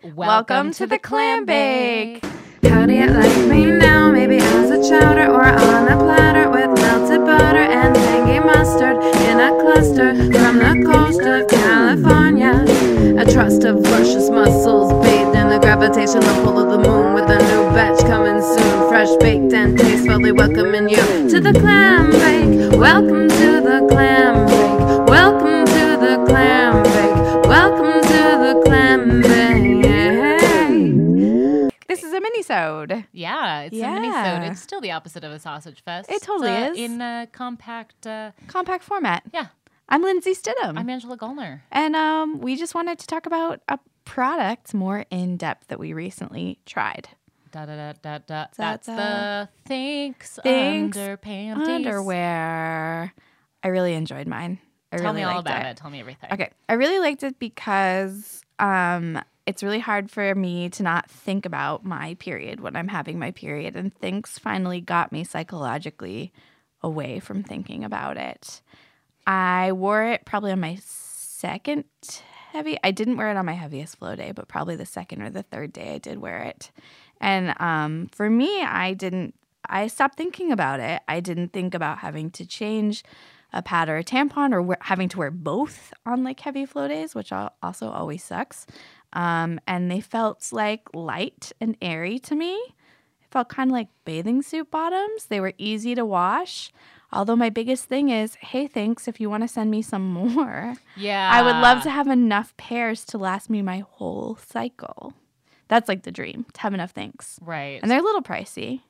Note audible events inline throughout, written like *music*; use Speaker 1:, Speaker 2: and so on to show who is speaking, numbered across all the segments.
Speaker 1: Welcome,
Speaker 2: Welcome to the Clam Bake.
Speaker 3: How do you like me now? Maybe as a chowder or on a platter with melted butter and tangy mustard in a cluster from the coast of California. A trust of luscious muscles bathed in the gravitational pull of the moon with a new batch coming soon. Fresh baked and tastefully welcoming you to the clam bake. Welcome to the clam bake. Welcome to the clam bake. Welcome to the clam bake.
Speaker 2: This is a mini-sode.
Speaker 1: Yeah, it's a mini
Speaker 2: Yeah.
Speaker 1: It's still the opposite of a sausage fest.
Speaker 2: It
Speaker 1: It's,
Speaker 2: totally
Speaker 1: uh,
Speaker 2: is.
Speaker 1: In a compact, uh,
Speaker 2: Compact format.
Speaker 1: yeah.
Speaker 2: I'm Lindsay Stidham.
Speaker 1: I'm Angela Gollner.
Speaker 2: and um, we just wanted to talk about a product more in depth that we recently tried.
Speaker 1: Da da da da da. That's
Speaker 2: da.
Speaker 1: the thanks,
Speaker 2: Thanks,
Speaker 1: underpanties.
Speaker 2: Underwear. I really enjoyed mine. I
Speaker 1: Tell me
Speaker 2: really
Speaker 1: all
Speaker 2: liked
Speaker 1: about it. Tell me everything.
Speaker 2: Okay. I really liked it because um, it's really hard for me to not think about my period when I'm having my period. And thanks finally got me psychologically away from thinking about it. I wore it probably on my second heavy. I didn't wear it on my heaviest flow day, but probably the second or the third day I did wear it. And um, for me, I didn't. I stopped thinking about it. I didn't think about having to change a pad or a tampon or we- having to wear both on like heavy flow days, which al- also always sucks. Um, and they felt like light and airy to me. It felt kind of like bathing suit bottoms. They were easy to wash. Although my biggest thing is, hey, thanks if you want to send me some *laughs* more.
Speaker 1: Yeah.
Speaker 2: I would love
Speaker 1: Ah.
Speaker 2: to have enough pairs to last me my whole cycle. That's like the dream to have enough thanks.
Speaker 1: Right.
Speaker 2: And they're a little pricey.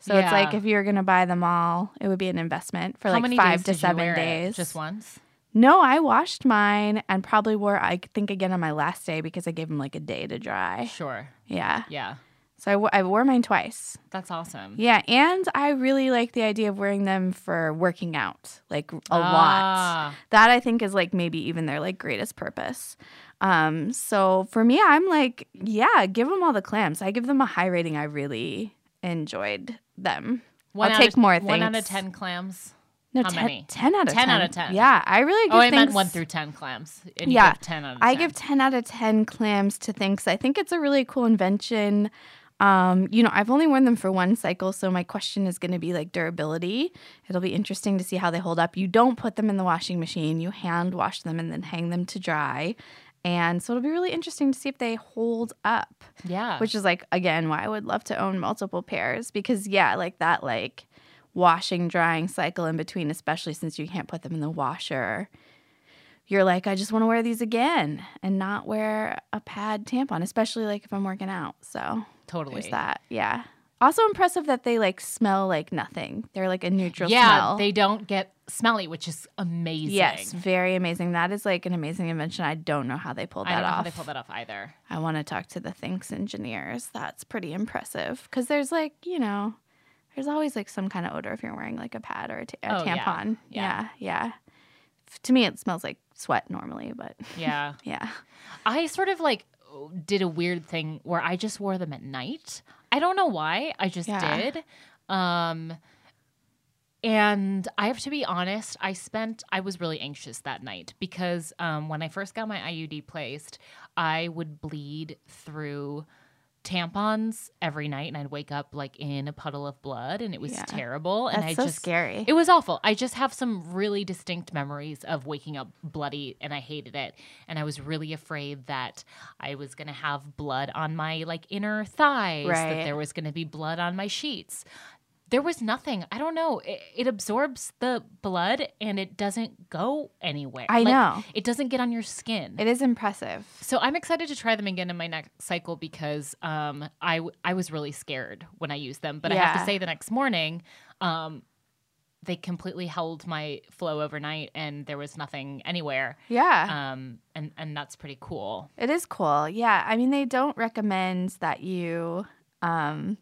Speaker 2: So it's like
Speaker 1: Yeah.
Speaker 2: if you were going to buy them all, it would be an investment for
Speaker 1: How
Speaker 2: like
Speaker 1: many
Speaker 2: five
Speaker 1: days
Speaker 2: to
Speaker 1: did you
Speaker 2: seven
Speaker 1: wear it?
Speaker 2: days.
Speaker 1: Just once.
Speaker 2: No, I washed mine and probably wore, I think, again on my last day because I gave them like a day to dry.
Speaker 1: Sure.
Speaker 2: Yeah.
Speaker 1: Yeah.
Speaker 2: So I, w- I wore mine twice.
Speaker 1: That's awesome.
Speaker 2: Yeah. And I really like the idea of wearing them for working out, like a lot.
Speaker 1: Ah,
Speaker 2: That I think is like maybe even their like greatest purpose. Um, so for me, I'm like, yeah, give them all the clams. I give them a high rating. I really enjoyed them.
Speaker 1: One
Speaker 2: I'll
Speaker 1: out
Speaker 2: take
Speaker 1: of,
Speaker 2: more.
Speaker 1: One out of
Speaker 2: thanks.
Speaker 1: ten clams.
Speaker 2: No,
Speaker 1: How
Speaker 2: ten,
Speaker 1: many?
Speaker 2: 10 out of
Speaker 1: 10
Speaker 2: ten
Speaker 1: out of 10.
Speaker 2: Yeah, I really. Give
Speaker 1: Oh, I meant
Speaker 2: thanks-
Speaker 1: one through ten clams. And you
Speaker 2: Yeah.
Speaker 1: give ten out of ten.
Speaker 2: I give 10 out of 10 clams to things. I think it's a really cool invention. Um, you know, I've only worn them for one cycle, so my question is going to be like durability. It'll be interesting to see how they hold up. You don't put them in the washing machine, you hand wash them and then hang them to dry. And so it'll be really interesting to see if they hold up,
Speaker 1: Yeah.
Speaker 2: which is like, again, why I would love to own multiple pairs because, yeah, like that, like washing, drying cycle in between, especially since you can't put them in the washer you're like, I just want to wear these again and not wear a pad tampon, especially like if I'm working out. So
Speaker 1: totally.
Speaker 2: there's that. Yeah. Also impressive that they like smell like nothing. They're like a neutral
Speaker 1: yeah,
Speaker 2: smell.
Speaker 1: they don't get smelly, which is amazing.
Speaker 2: Yes, very amazing. That is like an amazing invention. I don't know how they pulled
Speaker 1: I
Speaker 2: that
Speaker 1: don't know
Speaker 2: off.
Speaker 1: how they pull that off either.
Speaker 2: I want to talk to the thinks engineers. That's pretty impressive because there's like you know, there's always like some kind of odor if you're wearing like a pad or a ta- a
Speaker 1: Oh, yeah.
Speaker 2: tampon.
Speaker 1: Yeah.
Speaker 2: yeah, yeah. F- To me, it smells like sweat normally, but *laughs*
Speaker 1: Yeah. *laughs*
Speaker 2: yeah.
Speaker 1: I sort of like did a weird thing where I just wore them at night. I don't know why. I just
Speaker 2: Yeah.
Speaker 1: did. Um and I have to be honest, I spent I was really anxious that night because um when I first got my IUD placed, I would bleed through tampons every night and I'd wake up like in a puddle of blood and it was
Speaker 2: Yeah.
Speaker 1: terrible and
Speaker 2: That's
Speaker 1: I
Speaker 2: so
Speaker 1: just
Speaker 2: scary.
Speaker 1: It was awful. I just have some really distinct memories of waking up bloody and I hated it. And I was really afraid that I was going to have blood on my like inner thighs,
Speaker 2: Right.
Speaker 1: that there was going to be blood on my sheets. There was nothing. I don't know. It, it absorbs the blood and it doesn't go anywhere.
Speaker 2: I
Speaker 1: Like,
Speaker 2: know.
Speaker 1: It doesn't get on your skin.
Speaker 2: It is impressive.
Speaker 1: So I'm excited to try them again in my next cycle because um, I w- I was really scared when I used them, but I have
Speaker 2: Yeah.
Speaker 1: to say the next morning, um, they completely held my flow overnight and there was nothing anywhere,
Speaker 2: Yeah.
Speaker 1: um, and and that's pretty cool.
Speaker 2: it is cool. Yeah. I mean, they don't recommend that you um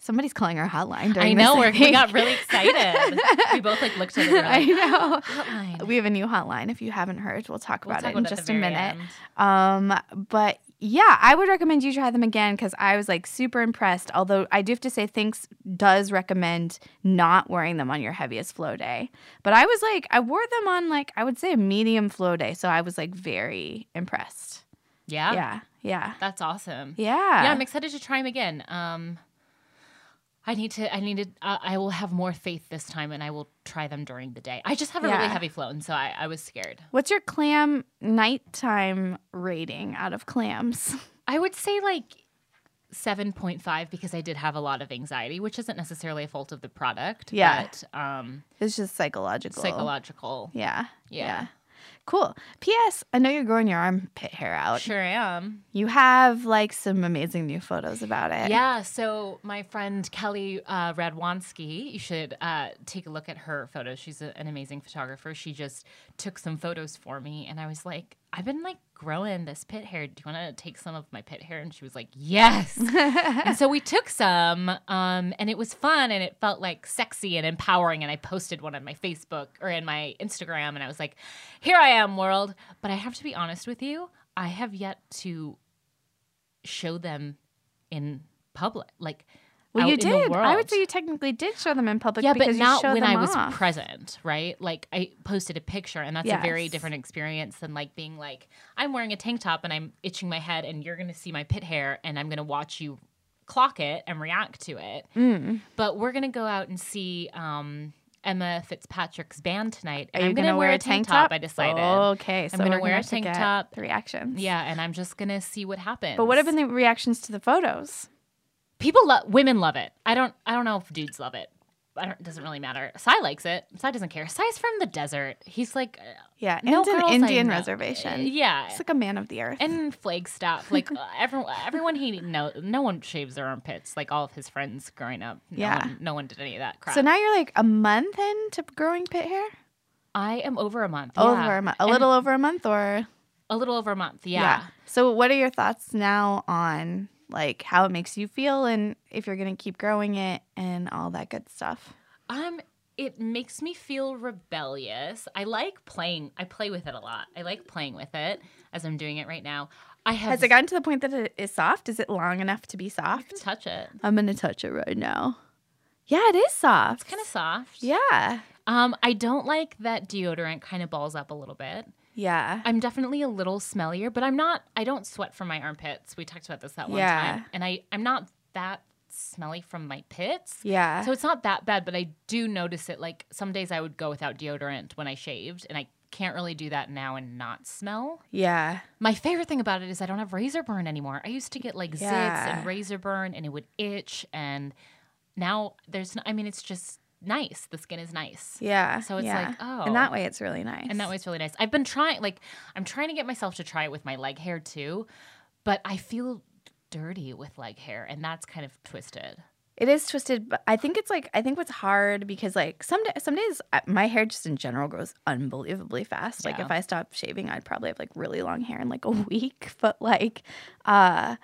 Speaker 2: somebody's calling our hotline during
Speaker 1: I know
Speaker 2: this,
Speaker 1: we're, we
Speaker 2: think. *laughs*
Speaker 1: got really excited. we both like looked at it.
Speaker 2: I
Speaker 1: And were like,
Speaker 2: know.
Speaker 1: *laughs* Hotline.
Speaker 2: We have a new hotline if you haven't heard. We'll talk
Speaker 1: We'll
Speaker 2: about
Speaker 1: talk
Speaker 2: it in
Speaker 1: at the
Speaker 2: just a
Speaker 1: very
Speaker 2: minute.
Speaker 1: end.
Speaker 2: Um, but yeah, I would recommend you try them again because I was like super impressed. Although I do have to say, Thinks does recommend not wearing them on your heaviest flow day. But I was like, I wore them on like I would say a medium flow day, so I was like very impressed.
Speaker 1: Yeah.
Speaker 2: yeah, Yeah.
Speaker 1: That's awesome.
Speaker 2: Yeah.
Speaker 1: Ah. yeah i'm excited to try them again um i need to i need to uh, i will have more faith this time and i will try them during the day i just have a
Speaker 2: Yeah.
Speaker 1: really heavy flow and so i, I was scared
Speaker 2: What's your clam nighttime rating out of clams? *laughs*
Speaker 1: i would say like 7.5 because i did have a lot of anxiety which isn't necessarily a fault of the product
Speaker 2: Yeah.
Speaker 1: but um
Speaker 2: It's just psychological.
Speaker 1: psychological
Speaker 2: Yeah.
Speaker 1: Yeah.
Speaker 2: Cool. P.S. I know you're growing your armpit hair out.
Speaker 1: sure am
Speaker 2: You have like some amazing new photos about it.
Speaker 1: yeah so my friend kelly uh, radwanski you should uh, take a look at her photos she's a, an amazing photographer she just took some photos for me and i was like i've been like growing this pit hair do you want to take some of my pit hair and she was like yes and so we took some um, and it was fun and it felt like sexy and empowering and i posted one on my facebook or in my instagram and i was like here i am world but i have to be honest with you i have yet to show them in public, like
Speaker 2: Well,
Speaker 1: out
Speaker 2: you
Speaker 1: in the
Speaker 2: did. I would
Speaker 1: world.
Speaker 2: say you technically did show them in public.
Speaker 1: yeah, but
Speaker 2: because
Speaker 1: not
Speaker 2: you showed
Speaker 1: when
Speaker 2: them
Speaker 1: I was
Speaker 2: off.
Speaker 1: present, right? Like I posted a picture, and that's a very
Speaker 2: Yes.
Speaker 1: different experience than like being like I'm wearing a tank top and I'm itching my head, and you're gonna see my pit hair, and I'm gonna watch you clock it and react to it.
Speaker 2: Mm.
Speaker 1: But we're gonna go out and see. Um, Emma Fitzpatrick's band tonight.
Speaker 2: Are
Speaker 1: and
Speaker 2: you
Speaker 1: I'm
Speaker 2: gonna,
Speaker 1: wear a tank, top? I decided.
Speaker 2: Okay, so
Speaker 1: I'm gonna
Speaker 2: we're
Speaker 1: wear a
Speaker 2: have to
Speaker 1: tank
Speaker 2: get
Speaker 1: top.
Speaker 2: The reactions.
Speaker 1: Yeah, and I'm just gonna see what happens.
Speaker 2: But what have been the reactions to the photos?
Speaker 1: people love women love it i don't i don't know if dudes love it I don't, doesn't really matter. Sai likes it. Sai doesn't care. Sai's from the desert. He's like, uh,
Speaker 2: Yeah, and
Speaker 1: no girls
Speaker 2: an
Speaker 1: I
Speaker 2: Indian
Speaker 1: know.
Speaker 2: reservation.
Speaker 1: yeah,
Speaker 2: It's like a man of the earth.
Speaker 1: and Flagstaff.
Speaker 2: *laughs*
Speaker 1: Like uh, everyone, everyone he know, no one shaves their armpits. Like all of his friends growing up, no
Speaker 2: Yeah.
Speaker 1: one, no one did any of that crap.
Speaker 2: so now you're like a month into growing pit hair.
Speaker 1: I am over a month.
Speaker 2: Over
Speaker 1: yeah.
Speaker 2: a month, a
Speaker 1: And
Speaker 2: little over a month, or
Speaker 1: a little over a month. Yeah.
Speaker 2: So what are your thoughts now on like how it makes you feel, and if you're gonna keep growing it, and all that good stuff?
Speaker 1: Um, it makes me feel rebellious. I like playing. I play with it a lot. I like playing with it as I'm doing it right now. I have
Speaker 2: Has it gotten to the point that it is soft? Is it long enough to be soft?
Speaker 1: touch it.
Speaker 2: I'm gonna touch it right now. Yeah, it is soft. It's
Speaker 1: kind of soft.
Speaker 2: yeah,
Speaker 1: Um, I don't like that deodorant kind of balls up a little bit.
Speaker 2: yeah.
Speaker 1: I'm definitely a little smellier, but I'm not. I don't sweat from my armpits. We talked about this that one
Speaker 2: Yeah.
Speaker 1: time, and I I'm not that smelly from my pits.
Speaker 2: Yeah.
Speaker 1: So it's not that bad, but I do notice it. Like some days I would go without deodorant when I shaved, and I can't really do that now and not smell.
Speaker 2: yeah.
Speaker 1: My favorite thing about it is I don't have razor burn anymore. I used to get like zits
Speaker 2: Yeah.
Speaker 1: and razor burn and it would itch and now there's n- I mean it's just nice. The skin is nice.
Speaker 2: Yeah.
Speaker 1: So it's
Speaker 2: yeah.
Speaker 1: like, oh.
Speaker 2: In that way it's really nice.
Speaker 1: And that was really nice. I've been trying like I'm trying to get myself to try it with my leg hair too, but I feel dirty with leg hair and that's kind of twisted.
Speaker 2: It is twisted, but I think it's like I think what's hard because like some da- some days uh, my hair just in general grows unbelievably fast. Like
Speaker 1: Yeah.
Speaker 2: if I stopped shaving, I'd probably have like really long hair in like a *laughs* week. But like, uh,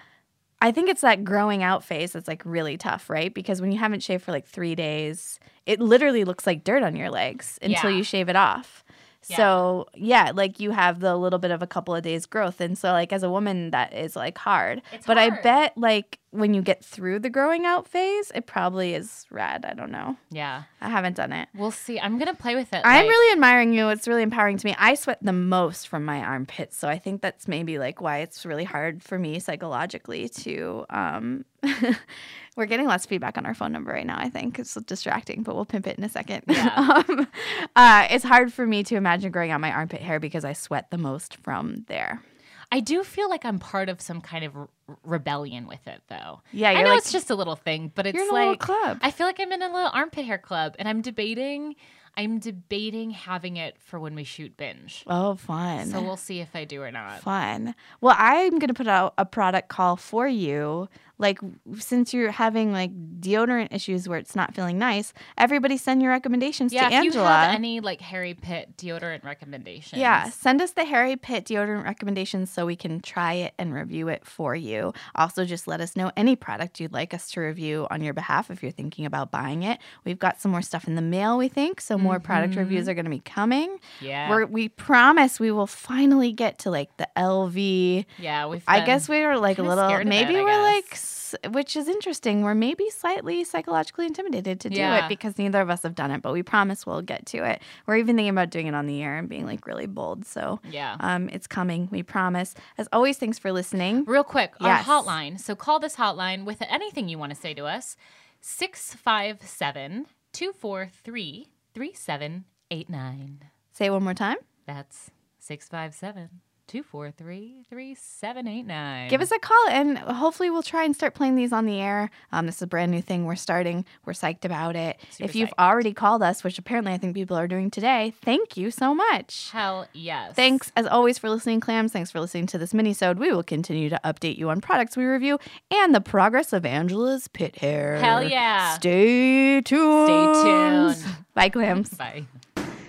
Speaker 2: I think it's that growing out phase that's like really tough, right? Because when you haven't shaved for like three days, it literally looks like dirt on your legs until
Speaker 1: Yeah.
Speaker 2: you shave it off.
Speaker 1: Yeah.
Speaker 2: So yeah, like you have the little bit of a couple of days growth, and so like as a woman, that is like hard.
Speaker 1: It's
Speaker 2: but I
Speaker 1: hard.
Speaker 2: bet like when you get through the growing out phase, it probably is rad. I don't know.
Speaker 1: Yeah.
Speaker 2: I haven't done it.
Speaker 1: We'll see. I'm going to play with it.
Speaker 2: I'm
Speaker 1: like-
Speaker 2: really admiring you. It's really empowering to me. I sweat the most from my armpits, so I think that's maybe like why it's really hard for me psychologically to. Um, *laughs* we're getting lots of feedback on our phone number right now. I think it's distracting, but we'll pimp it in a second.
Speaker 1: Yeah.
Speaker 2: *laughs* um, uh, it's hard for me to imagine growing out my armpit hair because I sweat the most from there.
Speaker 1: I do feel like I'm part of some kind of r- rebellion with it, though.
Speaker 2: Yeah,
Speaker 1: I
Speaker 2: you're
Speaker 1: know
Speaker 2: like-
Speaker 1: it's just a little thing, but it's
Speaker 2: You're in a
Speaker 1: like
Speaker 2: little club.
Speaker 1: I feel like I'm in a little armpit hair club, and I'm debating. I'm debating having it for when we shoot binge.
Speaker 2: Oh, fun.
Speaker 1: So we'll see if I do or not.
Speaker 2: Fun. Well, I'm going to put out a product call for you. Like, since you're having like deodorant issues where it's not feeling nice, everybody send your recommendations
Speaker 1: Yeah,
Speaker 2: to
Speaker 1: if you have
Speaker 2: Angela.
Speaker 1: any like Harry Pitt deodorant recommendations,
Speaker 2: yeah, send us the Harry Pitt deodorant recommendations so we can try it and review it for you. Also, just let us know any product you'd like us to review on your behalf if you're thinking about buying it. We've got some more stuff in the mail, we think, so more product reviews are going to be coming.
Speaker 1: Mm-hmm. yeah,
Speaker 2: We're, we promise we will finally get to like the LV
Speaker 1: yeah. We've
Speaker 2: I
Speaker 1: been-
Speaker 2: guess we were like a
Speaker 1: kinda
Speaker 2: little.
Speaker 1: scared of
Speaker 2: Maybe
Speaker 1: it, I
Speaker 2: we're like
Speaker 1: guess.
Speaker 2: us, which is interesting. We're maybe slightly psychologically intimidated to do
Speaker 1: Yeah.
Speaker 2: it because neither of us have done it, but we promise we'll get to it. We're even thinking about doing it on the air and being like really bold. So
Speaker 1: Yeah.
Speaker 2: um, it's coming. We promise. As always, thanks for listening.
Speaker 1: Real quick,
Speaker 2: Yes.
Speaker 1: our hotline. So call this hotline with anything you want to say to us 657 243 3789.
Speaker 2: Say it one more time.
Speaker 1: That's 657 243 3789.
Speaker 2: Give us a call, and hopefully we'll try and start playing these on the air. Um, this is a brand new thing we're starting. We're psyched about it.
Speaker 1: Super
Speaker 2: if you've
Speaker 1: psyched.
Speaker 2: already called us, which apparently I think people are doing today, thank you so much.
Speaker 1: Hell yes.
Speaker 2: Thanks as always for listening, clams. Thanks for listening to this minisode. We will continue to update you on products we review and the progress of Angela's pit hair.
Speaker 1: Hell yeah.
Speaker 2: Stay tuned.
Speaker 1: tuned.
Speaker 2: Bye, clams.
Speaker 1: Bye.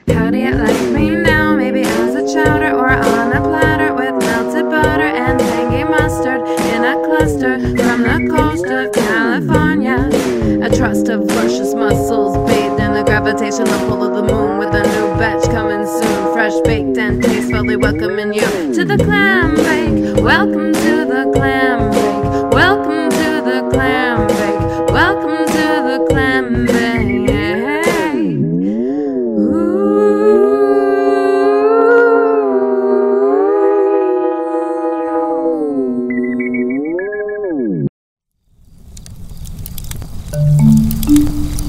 Speaker 3: How do you like me now? Maybe as a chowder or on a platter with melted butter and tangy mustard in a cluster from the coast of California. A trust of luscious muscles bathed in the gravitational pull of the moon with a new batch coming soon. Fresh baked and tastefully welcoming you to the clam bake. Welcome to the clam bake. Welcome to the clam bake. Welcome to the clam bake.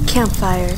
Speaker 4: Campfire.